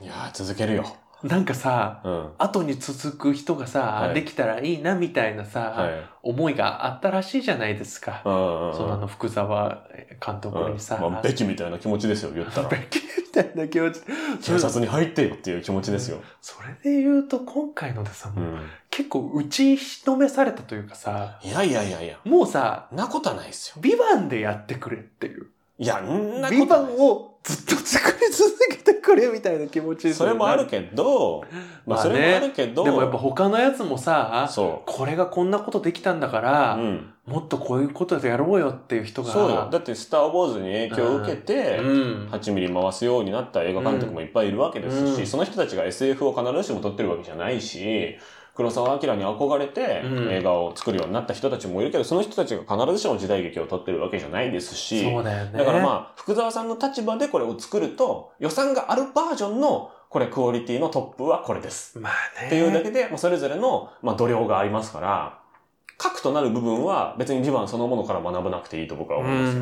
Speaker 2: いや続けるよ。
Speaker 3: なんかさ、うん、後に続く人がさ、はい、できたらいいなみたいなさ、はい、思いがあったらしいじゃないですか。うんうん、そのあの福沢監督にさ、
Speaker 2: まあ。べきみたいな気持ちですよ、言
Speaker 3: [LAUGHS]
Speaker 2: ったら。
Speaker 3: べきみたいな気持ち。
Speaker 2: 警察に入ってよっていう気持ちですよ。
Speaker 3: それで言うと今回のでさ、もう結構打ちひとめされたというかさ。
Speaker 2: いやいやいやいや。
Speaker 3: もうさ、
Speaker 2: なことはないですよ。
Speaker 3: ビバンでやってくれっていう。
Speaker 2: いや、んな
Speaker 3: こと。をずっと作り続けてくれみたいな気持ち、ね、
Speaker 2: それもあるけど、まあ、それもあるけど、
Speaker 3: まあね、でもやっぱ他のやつもさ、これがこんなことできたんだから、うん、もっとこういうことでやろうよっていう人が。
Speaker 2: そうよ。だってスターウォーズに影響を受けて、うん、8ミリ回すようになった映画監督もいっぱいいるわけですし、うん、その人たちが SF を必ずしも撮ってるわけじゃないし、黒澤明に憧れて映画を作るようになった人たちもいるけど、うん、その人たちが必ずしも時代劇を撮ってるわけじゃないですし、
Speaker 3: そうだよね。
Speaker 2: だからまあ、福沢さんの立場でこれを作ると、予算があるバージョンのこれクオリティのトップはこれです。
Speaker 3: まあね。
Speaker 2: っていうだけで、まあ、それぞれの、まあ、度量がありますから、核となる部分は別に地盤そのものから学ばなくていいと僕は思います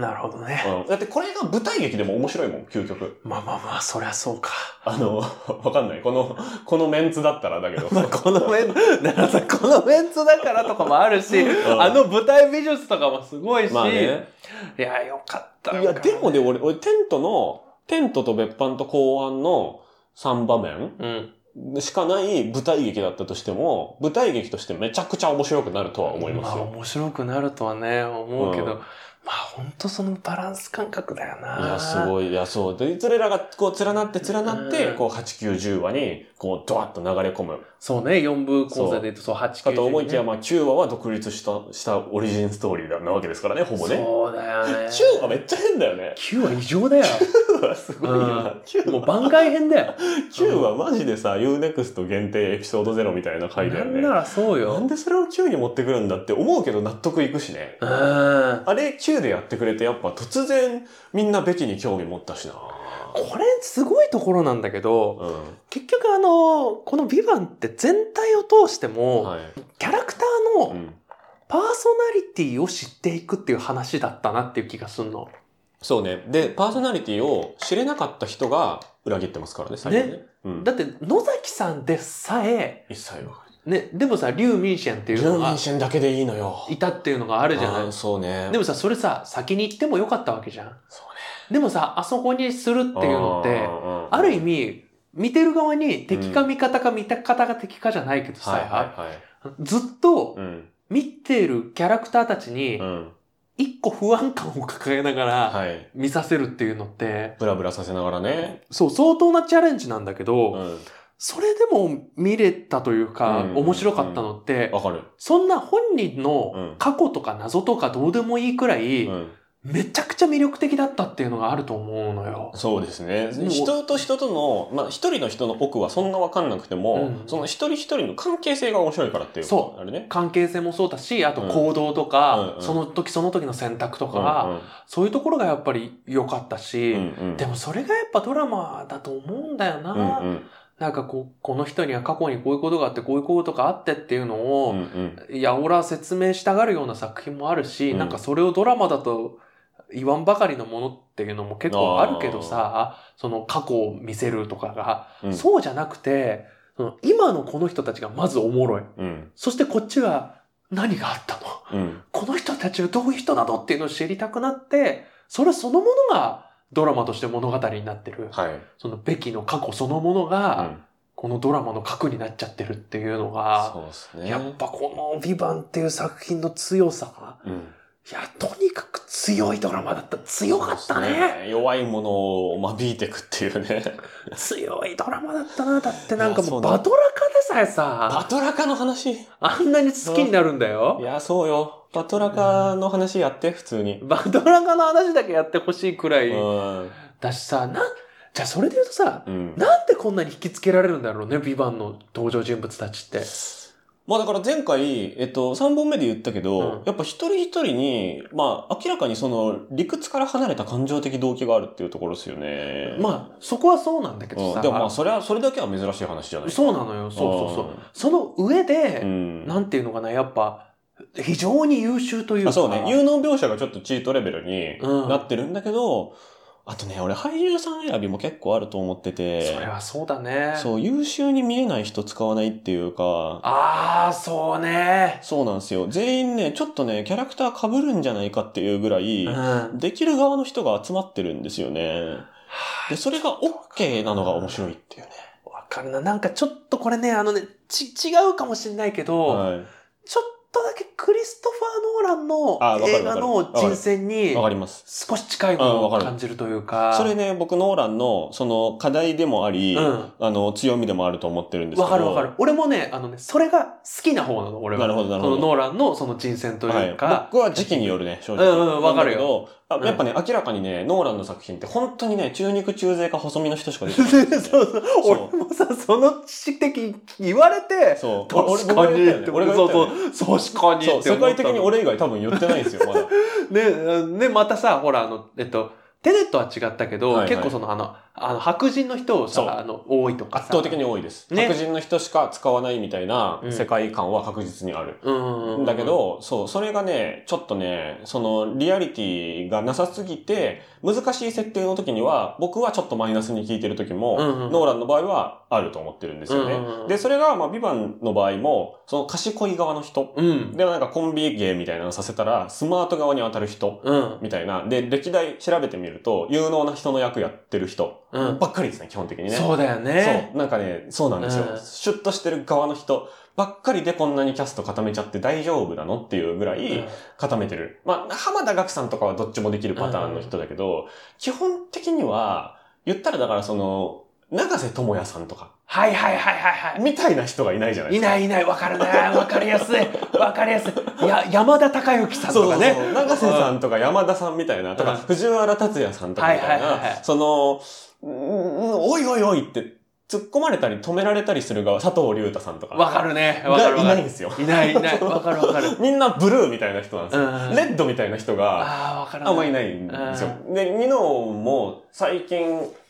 Speaker 3: なるほどね、
Speaker 2: うん、だってこれが舞台劇でも面白いもん、究極。
Speaker 3: まあまあまあ、そりゃそうか。
Speaker 2: あの、 [LAUGHS] わかんない。この、このメンツだったらだけど。
Speaker 3: [LAUGHS] このメンツ、だからさ、このメンツだからとかもあるし、うん、あの舞台美術とかもすごいし。まあね、いや、よかった
Speaker 2: いや、でもね、俺、俺、テントの、テントと別班と公安の3場面、うんしかない舞台劇だったとしても、舞台劇としてめちゃくちゃ面白くなるとは思いますよ。
Speaker 3: まあ、面白くなるとはね、思うけど、うん、まあ本当そのバランス感覚だよな。
Speaker 2: いや、すごい、いや、そう。で、いずれらがこう連なって連なって、うん、こう8、9、10話に、こうドワッと流れ込む。
Speaker 3: そうね、4部講座で言うとそう、8、9、10、
Speaker 2: ね。かと思いきや、まあ9話は独立した、したオリジンストーリーなわけですからね、ほぼね。
Speaker 3: そうだよね。
Speaker 2: 9話めっちゃ変だよね。
Speaker 3: 9話異常だよ。
Speaker 2: 9話すごいな。
Speaker 3: うん、 [LAUGHS] もう番外編だよ。
Speaker 2: 9話マジでさ、UNEXT 限定エピソード0みたいな回だよね。
Speaker 3: なんならそうよ。
Speaker 2: なんでそれを9に持ってくるんだって思うけど納得いくしね。
Speaker 3: うん。あ
Speaker 2: れ9でやってくれてやっぱ突然みんなべきに興味持ったしな。
Speaker 3: これすごいところなんだけど、うん、結局あの、このビバンって全体を通しても、はい、キャラクターのパーソナリティを知っていくっていう話だったなっていう気がすんの。
Speaker 2: そうね。で、パーソナリティを知れなかった人が裏切ってますからね、最近ね。ね
Speaker 3: うん、だって野崎さんでさえ、
Speaker 2: 一切わか
Speaker 3: ね、でもさ、リュウ・ミンシェンっていうの
Speaker 2: が。リュウ・ミンシェンだけでいいのよ。
Speaker 3: いたっていうのがあるじゃない。
Speaker 2: そうね。
Speaker 3: でもさ、それさ、先に行ってもよかったわけじゃん。
Speaker 2: そう
Speaker 3: ね。でもさ、あそこにするっていうのって、ある意味、見てる側に敵か味方か見た方が敵かじゃないけどさ、ずっと見てるキャラクターたちに、一個不安感を抱えながら見させるっていうのって、はい、
Speaker 2: ブラブラさせながらね。
Speaker 3: そう、相当なチャレンジなんだけど、うんそれでも見れたというか、面白かったのって、
Speaker 2: わかる。
Speaker 3: そんな本人の過去とか謎とかどうでもいいくらい、めちゃくちゃ魅力的だったっていうのがあると思うのよ。
Speaker 2: そうですね。人と人との、まあ一人の人の奥はそんなわかんなくても、うん、その一人一人の関係性が面白いからっていう。。
Speaker 3: そう
Speaker 2: あれね。
Speaker 3: 関係性もそうだし、あと行動とか、うん、その時その時の選択とか、うんうん、そういうところがやっぱり良かったし、うんうん、でもそれがやっぱドラマだと思うんだよな。うんうんなんかこう、この人には過去にこういうことがあって、こういうことがあってっていうのを、うんうん、いや、俺は説明したがるような作品もあるし、うん、なんかそれをドラマだと言わんばかりのものっていうのも結構あるけどさ、その過去を見せるとかが、うん、そうじゃなくて、その今のこの人たちがまずおもろい。うん、そしてこっちは何があったの、うん、この人たちはどういう人なのっていうのを知りたくなって、それそのものがドラマとして物語になってる、はい、そのベキの過去そのものが、うん、このドラマの核になっちゃってるっていうのが、そうですね、やっぱこの「ヴィヴァンっていう作品の強さ、うん、いやとにかく強いドラマだった強かったね、ね、
Speaker 2: 弱いものを間引いてくっていうね
Speaker 3: 強いドラマだったなだってなんかもうバトラカでさえさ
Speaker 2: バトラカの話
Speaker 3: あんなに好きになるんだよ
Speaker 2: いやそうよバトラカの話やって、普通に。
Speaker 3: バトラカの話だけやってほしいくらい。だしさ、な、じゃあそれで言うとさ、うん、なんでこんなに引きつけられるんだろうね、ビバンの登場人物たちって。
Speaker 2: まあだから前回、えっと、3本目で言ったけど、うん、やっぱ一人一人に、まあ明らかにその理屈から離れた感情的動機があるっていうところですよね。
Speaker 3: まあそこはそうなんだけどさ。
Speaker 2: うん、でもまあそれは、それだけは珍しい話じゃない
Speaker 3: そうなのよ、そうそうそう。その上で、うん、なんていうのかな、やっぱ、非常に優秀というか。
Speaker 2: そうね。有能描写がちょっとチートレベルになってるんだけど、うん、あとね、俺俳優さん選びも結構あると思ってて。
Speaker 3: それはそうだね。
Speaker 2: そう、優秀に見えない人使わないっていうか。
Speaker 3: ああ、そうね。
Speaker 2: そうなんですよ。全員ね、ちょっとね、キャラクター被るんじゃないかっていうぐらい、うん、できる側の人が集まってるんですよね。で、それが OK なのが面白いっていうね。
Speaker 3: わかるな。なんかちょっとこれね、あのね、ち、違うかもしれないけど、はい、ちょっととだけクリストファー・ノーランの映画の人選に少し近いものを感じるというか。
Speaker 2: それね、僕ノーランのその課題でもあり、うん、あの強みでもあると思ってるんですけど。
Speaker 3: わかるわかる。俺もね、あのね、それが好きな方なの、俺は。
Speaker 2: なるほどなるほど。
Speaker 3: そのノーランのその人選というか。
Speaker 2: はい、僕は時期によるね、正直。
Speaker 3: うんうん、わかるよ。
Speaker 2: あやっぱね、うん、明らかにね、ノーランの作品って本当にね、中肉中背か細身の人しか出てない、
Speaker 3: ね、 [LAUGHS] [LAUGHS] そうそう。俺もさ、その指摘言われて、そう。確かに、ね、俺が、ね、そうそう。確かに
Speaker 2: そう、世界的に俺以外多分言ってないんですよ、ま
Speaker 3: [LAUGHS]
Speaker 2: だ。
Speaker 3: ね、ね、またさ、ほら、あの、えっと、テネットは違ったけど、はいはい、結構その、あの、あの白人の人をさ、あの、多いとか
Speaker 2: 圧倒的に多いです、ね、白人の人しか使わないみたいな世界観は確実にある。うん、だけど、そう、それがね、ちょっとね、その、リアリティがなさすぎて、難しい設定の時には、僕はちょっとマイナスに聞いてる時も、うんうん、ノーランの場合はあると思ってるんですよね。うんうん、で、それが、まあ、ビバンの場合も、その賢い側の人、うん、で、なんかコンビ芸みたいなのさせたら、スマート側に当たる人、うん、みたいな。で、歴代調べてみると、有能な人の役やってる人、うん、ばっかりですね、基本的にね。
Speaker 3: そうだよね。
Speaker 2: そう。なんかね、そうなんですよ。うん、シュッとしてる側の人ばっかりでこんなにキャスト固めちゃって大丈夫なのっていうぐらい固めてる。うん、まあ、浜田岳さんとかはどっちもできるパターンの人だけど、基本的には、言ったらだからその、長瀬智也さんとか。
Speaker 3: はいはいはいはいはい。
Speaker 2: みたいな人がいないじゃないです
Speaker 3: か。いないいない、わかるね。わかりやすい。わかりやすい。や、山田孝之さんとかね。そうそう
Speaker 2: 長瀬さんとか山田さんみたいな、とか、藤原達也さんとかみたいな、その、うん、おいおいおいって、突っ込まれたり止められたりする側、佐藤隆太さんとか。
Speaker 3: わかるね。わかる
Speaker 2: いないんですよ。
Speaker 3: いないいない。わかる
Speaker 2: [LAUGHS]
Speaker 3: わかる。
Speaker 2: みんなブルーみたいな人なんですよ。レッドみたいな人が、あんまいないんですよ。で、ニノも最近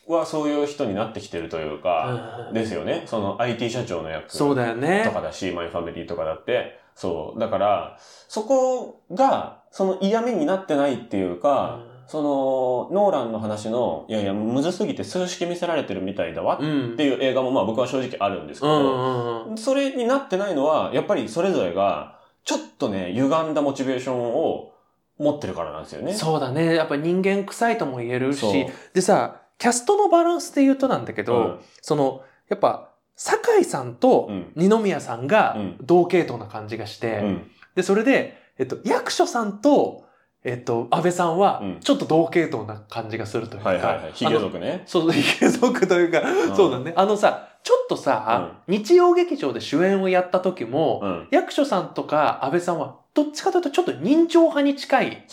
Speaker 2: はそういう人になってきてるというか、ですよね。その IT 社長の役
Speaker 3: そうだよね。
Speaker 2: とかだし、マイファミリーとかだって。そう。だから、そこが、その嫌味になってないっていうか、その、ノーランの話の、いやいや、むずすぎて数式見せられてるみたいだわっていう映画もまあ僕は正直あるんですけど、それになってないのは、やっぱりそれぞれが、ちょっとね、歪んだモチベーションを持ってるからなんですよね。
Speaker 3: そうだね。やっぱ人間臭いとも言えるし、でさ、キャストのバランスで言うとなんだけど、うん、その、やっぱ、酒井さんと二宮さんが同系統な感じがして、うんうん、で、それで、えっと、役所さんと、えっと、安倍さんは、ちょっと同系統な感じがするというか。
Speaker 2: はいはいはい。ヒゲ族ね。
Speaker 3: そう、ヒゲ族というか、うん、そうだね。あのさ、ちょっとさ、うん、日曜劇場で主演をやった時も、うん、役所さんとか安倍さんは、どっちかというとちょっと人情派に近い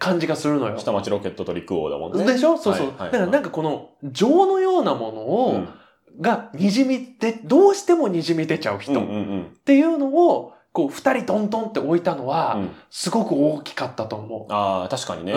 Speaker 3: 感じがするのよ。ね、
Speaker 2: 下町ロケットトリック王だもんね。
Speaker 3: でしょそうそう。だからなんかこの、情のようなものを、が、にじみで、どうしてもにじみ出ちゃう人っていうのを、こう、二人トントンって置いたのは、すごく大きかったと思う。
Speaker 2: ああ、確かにね。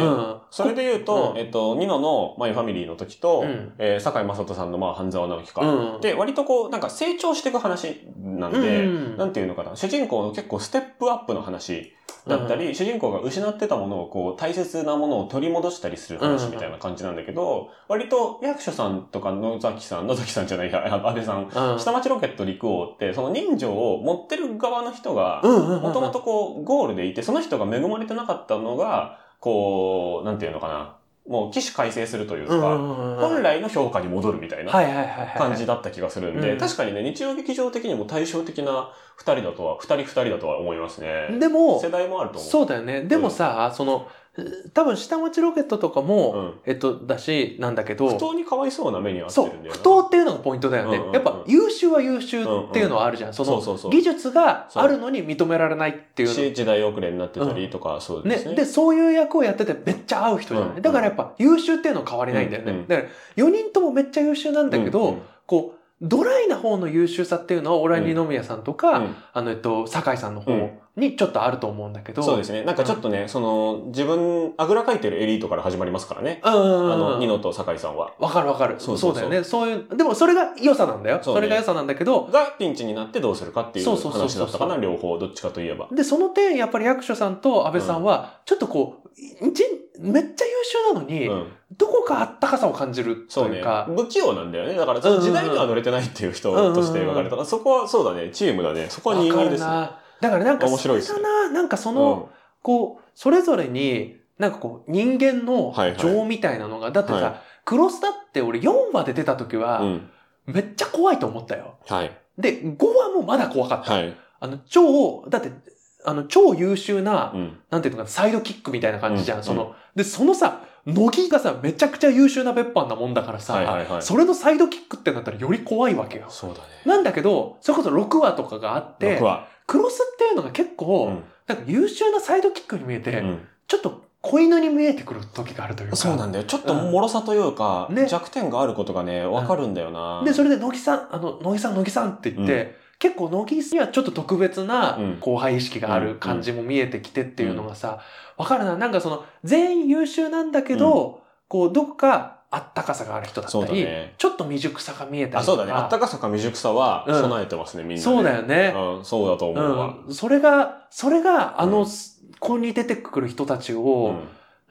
Speaker 2: それで言うと、えっと、ニノの、まあ、ファミリーの時と、え坂井雅人さんの、まあ、半沢直樹か、で、割とこう、なんか成長していく話なんで、なんていうのかな、主人公の結構ステップアップの話だったり、主人公が失ってたものを、こう、大切なものを取り戻したりする話みたいな感じなんだけど、割と役所さんとか野崎さん、野崎さんじゃないや、安倍さん、下町ロケット陸王って、その人情を持ってる側の人が、もともとこう、ゴールでいて、その人が恵まれてなかったのが、こう、なんていうのかな。もう起死回生するというか、本来の評価に戻るみたいな感じだった気がするんで、確かにね、日曜劇場的にも対照的な二人だとは、二人二人だとは思いますね。
Speaker 3: でも、
Speaker 2: 世代もあると思う。
Speaker 3: そうだよね。でもさ、うん、その、多分下町ロケットとかも、うん、えっと、だし、なんだけど。
Speaker 2: 不当にかわいそうな目に遭ってるんだよ
Speaker 3: そう、不当っていうのがポイントだよね。やっぱ優秀は優秀っていうのはあるじゃん。その技術があるのに認められないっていう。
Speaker 2: 時代遅れになってたりとか、そう
Speaker 3: ですねで、そういう役をやっててめっちゃ合う人じゃない。だからやっぱ優秀っていうのは変わりないんだよね。だから4人ともめっちゃ優秀なんだけど、こう、ドライな方の優秀さっていうのは、オラン二宮さんとか、うん、あの、えっと、酒井さんの方にちょっとあると思うんだけど。
Speaker 2: そうですね。なんかちょっとね、うん、その、自分、あぐらかいてるエリートから始まりますからね。うん。あの、ニノと酒井さんは。
Speaker 3: わかるわかる。そうそうだよね。そういう、でもそれが良さなんだよ。そ,、れが良さなんだけど。
Speaker 2: がピンチになってどうするかっていう話だったかな、両方、どっちかといえば。
Speaker 3: で、その点、やっぱり役所さんと安倍さんは、ちょっとこう、うんめっちゃ優秀なのに、うん、どこかあったかさを感じるというか。
Speaker 2: そうね、不器用なんだよね。だから、時代には乗れてないっていう人として描かれたら、そこはそうだね、チームだね。そこは人間です、ね、
Speaker 3: だからなんか、面白いですね、なんかその、うん、こう、それぞれに、なんかこう、人間の情みたいなのが、はいはい、だってさ、はい、クロスだって俺4話で出た時は、うん、めっちゃ怖いと思ったよ。
Speaker 2: はい。
Speaker 3: で、5話もまだ怖かった。はい。あの、超、だって、あの、超優秀な、うん、なんていうのかな、サイドキックみたいな感じじゃん。うん、その、で、そのさ、乃木がさ、めちゃくちゃ優秀な別班なもんだからさ、それのサイドキックってなったらより怖いわけよ。
Speaker 2: そうだね。
Speaker 3: なんだけど、それこそ6話とかがあって、クロスっていうのが結構、うん、なんか優秀なサイドキックに見えて、ちょっと子犬に見えてくる時があるというか。
Speaker 2: そうなんだよ。ちょっと脆さというか、ね、弱点があることがね、わかるんだよな、
Speaker 3: で、それで乃木さん、あの、乃木さん、乃木さんって言って、結構乃木にはちょっと特別な後輩意識がある感じも見えてきてっていうのがさ、わかるな。なんかその、全員優秀なんだけど、こう、どこかあったかさがある人だったり、ね、ちょっと未熟さが見えたり
Speaker 2: そうだね。あったかさか未熟さは備えてますね、みんな、ね。
Speaker 3: そうだよね。
Speaker 2: うん、そうだと思うわ、
Speaker 3: それが、それが、あの、ここに出てくる人たちを、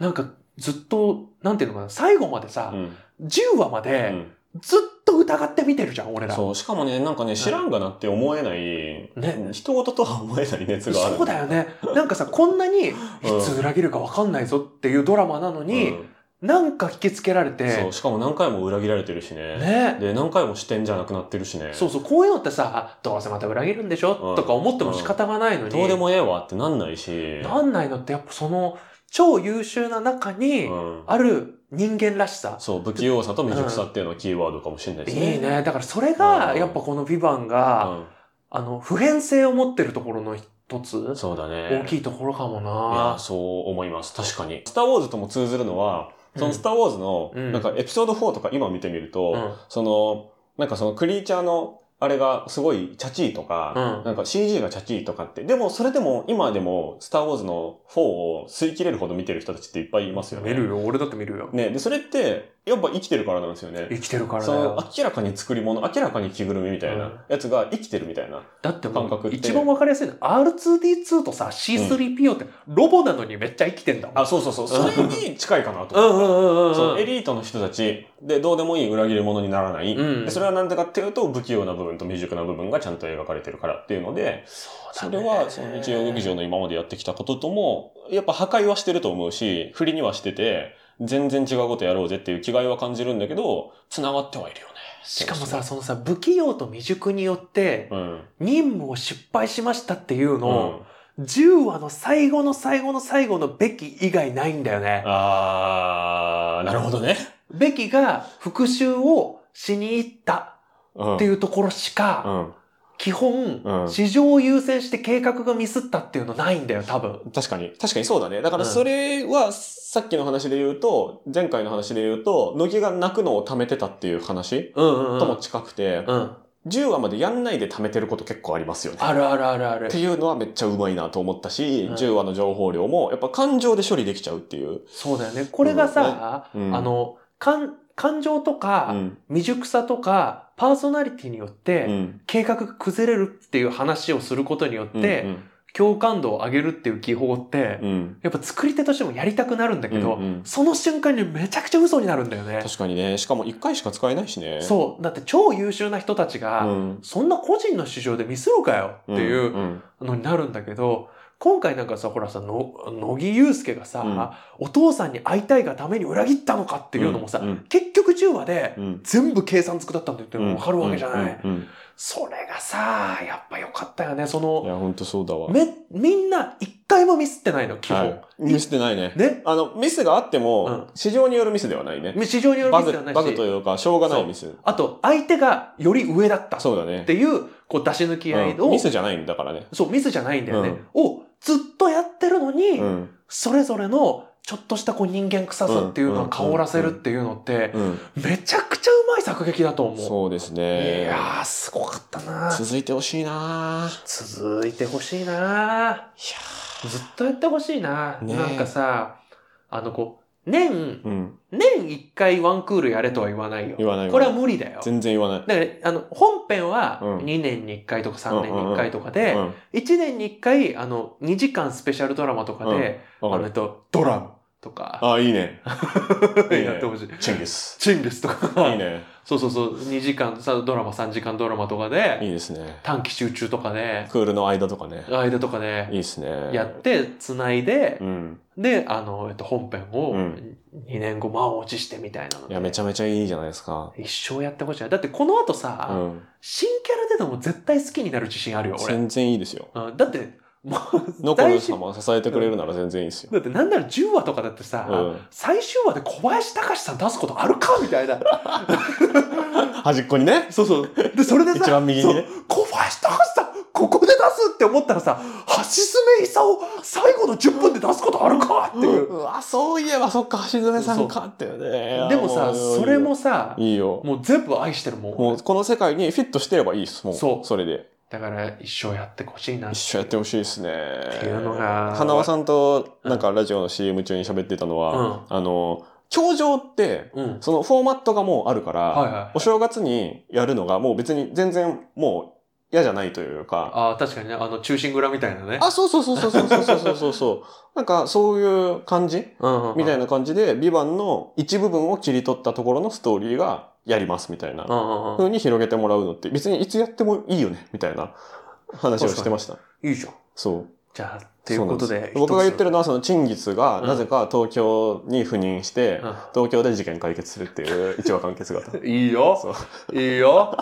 Speaker 3: なんかずっと、なんていうのかな、最後までさ、う10話まで、ずっと疑って見てるじゃん、俺ら。
Speaker 2: そう、しかもね、なんかね、知らんがなって思えない、ね、人事とは思えない熱がある。
Speaker 3: そうだよね。なんかさ、こんなに、いつ裏切るかわかんないぞっていうドラマなのに、うん、なんか引きつけられて。
Speaker 2: そう、しかも何回も裏切られてるしね。
Speaker 3: ね。
Speaker 2: で、何回も視点じゃなくなってるしね。、
Speaker 3: そうそう、こういうのってさ、どうせまた裏切るんでしょ、うん、とか思っても仕方がないのに、うん
Speaker 2: どうでもええわってなんないし。
Speaker 3: なんないのって、やっぱその、超優秀な中にある人間らしさ、
Speaker 2: うん、そう不器用さと未熟さっていうのはキーワードかもしれないですね、
Speaker 3: うん、いいねだからそれがやっぱこの「ビバンが、うん、あの普遍性を持ってるところの一つ
Speaker 2: そうだね
Speaker 3: 大きいところかもない
Speaker 2: やそう思います確かに「スター・ウォーズ」とも通ずるのはその「スター・ウォーズ」のなんかエピソード4とか今見てみると、そのなんかそのクリーチャーのあれがすごいチャチーとか、うん、なんか CG がチャチーとかって、でもそれでも今でもスターウォーズの4を吸い切れるほど見てる人たちっていっぱいいますよね。
Speaker 3: 見るよ、俺だって見るよ。
Speaker 2: ね、で、それってやっぱ生きてるからなんですよね。
Speaker 3: 生きてるから
Speaker 2: だよ。明らかに作り物、明らかに着ぐるみみたいなやつが生きてるみたいな感覚
Speaker 3: って。一番わかりやすいのは R2D2 とさ C3PO ってロボなのにめっちゃ生きてんだもん。
Speaker 2: あ、そうそうそう。それに近いかなと思った。そう、エリートの人たちでどうでもいい裏切り者にならない。でそれはなんでかっていうと不器用な部分。分と未熟な部分がちゃんと描かれてるからっていうので、そ,、れはその日曜劇場の今までやってきたこととも、やっぱ破壊はしてると思うし、振りにはしてて、全然違うことやろうぜっていう気概は感じるんだけど、繋がってはいるよね。
Speaker 3: しかもさ、そのさ、不器用と未熟によって、任務を失敗しましたっていうのを、うん10話の最後の最後の最後のベキ以外ないんだよね。
Speaker 2: あー、なるほどね。
Speaker 3: ベキが復讐をしに行ったっていうところしか、基本、市場を優先して計画がミスったっていうのないんだよ、多分。
Speaker 2: 確かに。確かにそうだね。だからそれは、さっきの話で言うと、前回の話で言うと、乃木が泣くのを溜めてたっていう話とも近くて、 10話までやんないで貯めてること結構ありますよね。
Speaker 3: あるあるあるある。
Speaker 2: っていうのはめっちゃうまいなと思ったし、うん、10話の情報量もやっぱ感情で処理できちゃうっていう。
Speaker 3: そうだよね。これがさ、うん、あの、感、感情とか、うん、未熟さとか、パーソナリティによって、計画が崩れるっていう話をすることによって、うんうん共感度を上げるっていう技法って、うん、やっぱ作り手としてもやりたくなるんだけど、うんうん、その瞬間にめちゃくちゃ嘘になるんだよね。
Speaker 2: 確かにね。しかも一回しか使えないしね。
Speaker 3: そう。だって超優秀な人たちが、うん、そんな個人の市場でミスるかよっていうのになるんだけど、うんうん、今回なんかさ、ほらさ、の乃木祐介がさ、うん、お父さんに会いたいがために裏切ったのかっていうのもさ、うんうん、結局10話で全部計算つくだったんだよってわかるわけじゃない。それがさ、やっぱ良かったよね、その。
Speaker 2: いや、本当そうだわ。
Speaker 3: め、みんな一回もミスってないの、基本、はい。
Speaker 2: ミスってないね。
Speaker 3: ね。
Speaker 2: あの、ミスがあっても、うん、市場によるミスではないね。
Speaker 3: 市場によるミスではないし。
Speaker 2: バグというか、しょうがないミス。
Speaker 3: あと、相手がより上だった。
Speaker 2: そうだね。
Speaker 3: っていう、こう、出し抜き合いを、
Speaker 2: うん、ミスじゃないんだからね。
Speaker 3: そう、ミスじゃないんだよね。うん、を、ずっとやってるのに、それぞれの、ちょっとしたこう人間臭さっていうのを香らせるっていうのって、めちゃくちゃうまい作劇だと思う。
Speaker 2: そうですね。
Speaker 3: いやー、すごかったな
Speaker 2: 続いてほしいな
Speaker 3: 続いてほしいない
Speaker 2: や
Speaker 3: ずっとやってほしいな、ね、なんかさ、あのこう、年、うん、年一回ワンクールやれとは言わないよ。
Speaker 2: 言わない
Speaker 3: これは無理だよ。
Speaker 2: 全然言わない。
Speaker 3: だから、あの、本編は2年に1回とか3年に1回とかで、1年に1回、あの、2時間スペシャルドラマとかで、うん、あの、と、ドラム。とか。
Speaker 2: ああ、いいね。
Speaker 3: いい [LAUGHS] やってほしい。
Speaker 2: チンギス。
Speaker 3: チンギスとか。
Speaker 2: いいね。
Speaker 3: [LAUGHS] そうそうそう、2時間さ、ドラマ、3時間ドラマとかで。
Speaker 2: いいですね。
Speaker 3: 短期集中とかね。
Speaker 2: クールの間とかね。
Speaker 3: 間とかね。
Speaker 2: いいですね。
Speaker 3: やって、繋いで、うん、で、あの、えっと、本編を2年後満落ちしてみたいなの、
Speaker 2: いや、めちゃめちゃいいじゃないですか。
Speaker 3: 一生やってほしい。だってこの後さ、うん、新キャラででも絶対好きになる自信あるよ、俺。
Speaker 2: 全然いいですよ。
Speaker 3: うん、だって、
Speaker 2: もう、のこる様支えてくれるなら全然いいですよ。
Speaker 3: だってなんなら10話とかだってさ、うん、最終話で小林隆さん出すことあるかみたいな。
Speaker 2: 端っこにね。
Speaker 3: そうそう。で、それでさ、
Speaker 2: 一番右にね。
Speaker 3: 小林隆さん、ここで出すって思ったらさ、橋爪功最後の10分で出すことあるかっていう。
Speaker 2: うわ、そういえばそっか、橋爪さんかってよね。
Speaker 3: でもさ、それもさ、
Speaker 2: いいよ。
Speaker 3: もう全部愛してるもん。
Speaker 2: もうこの世界にフィットしてればいいです、もう。。
Speaker 3: そう
Speaker 2: それで。
Speaker 3: だから一生やってほしいな
Speaker 2: 一生やってほしいですね。
Speaker 3: っていうのが。
Speaker 2: 花輪さんとなんかラジオの CM 中に喋ってたのは、うん、あの、教場って、うん、そのフォーマットがもうあるから、はいはいはい、お正月にやるのがもう別に全然もう嫌じゃないというか。
Speaker 3: ああ、確かにね、あの、中心蔵みたいなね。
Speaker 2: あ、そうそうそうそうそうそうそうそう [LAUGHS] そう。なんか、そういう感じ、うんうん、みたいな感じで、ビバンの一部分を切り取ったところのストーリーがやりますみたいな風に広げてもらうのって別にいつやってもいいよねみたいな話をしてました。
Speaker 3: いいじゃん。
Speaker 2: そう。
Speaker 3: じゃあ、ということで。
Speaker 2: 僕が言ってるのはそのチンギスがなぜか東京に赴任して、うん、東京で事件解決するっていう一話完結
Speaker 3: [LAUGHS]
Speaker 2: 型。
Speaker 3: いいよ。いいよ。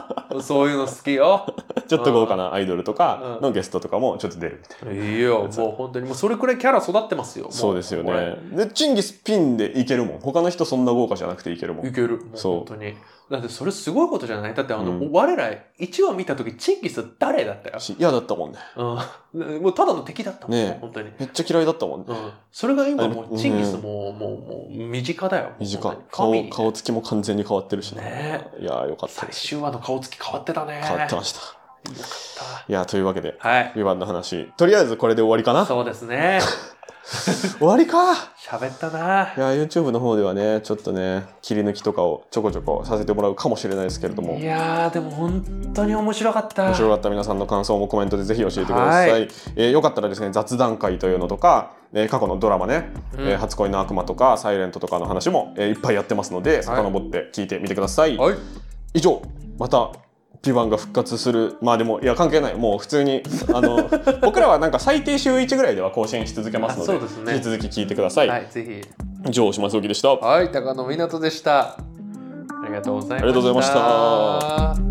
Speaker 3: そういうの好きよ。
Speaker 2: ちょっと豪華なアイドルとかのゲストとかもちょっと出るみたいな。
Speaker 3: いいよ。もう本当に、もうそれくらいキャラ育ってますよ。
Speaker 2: そうですよね。で、チンギスピンでいけるもん。他の人そんな豪華じゃなくていけるもん。
Speaker 3: いける。そう。本当に。だってそれすごいことじゃないだってあの、うん、我ら1話見た時チンギス誰だったよ。
Speaker 2: 嫌だったもんね。
Speaker 3: うん。もうただの敵だったもんね。ね本当に。
Speaker 2: めっちゃ嫌いだったもんね。うん、
Speaker 3: それが今もうチンギスも、ね、もう、もう身近だよ。
Speaker 2: 身近。顔、ね、顔つきも完全に変わってるし
Speaker 3: ね。ね
Speaker 2: いやよかった。
Speaker 3: 最終話の顔つき変わってたね。
Speaker 2: 変わってました。
Speaker 3: よかっ
Speaker 2: い
Speaker 3: た
Speaker 2: や、というわけで、
Speaker 3: はい。
Speaker 2: 2番の話、とりあえずこれで終わりかな。
Speaker 3: そうですね。
Speaker 2: 終わりか
Speaker 3: 喋ったない
Speaker 2: や YouTube の方ではねちょっとね切り抜きとかをちょこちょこさせてもらうかもしれないですけれども
Speaker 3: いやでも本当に面白かった
Speaker 2: 面白かった皆さんの感想もコメントでぜひ教えてください、はい、えー、よかったらですね雑談会というのとかえー、過去のドラマね、うん、えー、初恋の悪魔とか、サイレントとかの話も、えー、いっぱいやってますので、遡って聞いてみてください。
Speaker 3: はい、
Speaker 2: 以上、またピバンが復活するまあでもいや関係ないもう普通にあ [LAUGHS] の僕らはなんか最低週1ぐらいでは更新し続けますので、
Speaker 3: ね、
Speaker 2: 引き続き聞いてください。
Speaker 3: はい、ぜひ
Speaker 2: 上島聡樹でした。
Speaker 3: はい高野湊でした。ありがとうございました。
Speaker 2: り
Speaker 3: あ
Speaker 2: がとうございました。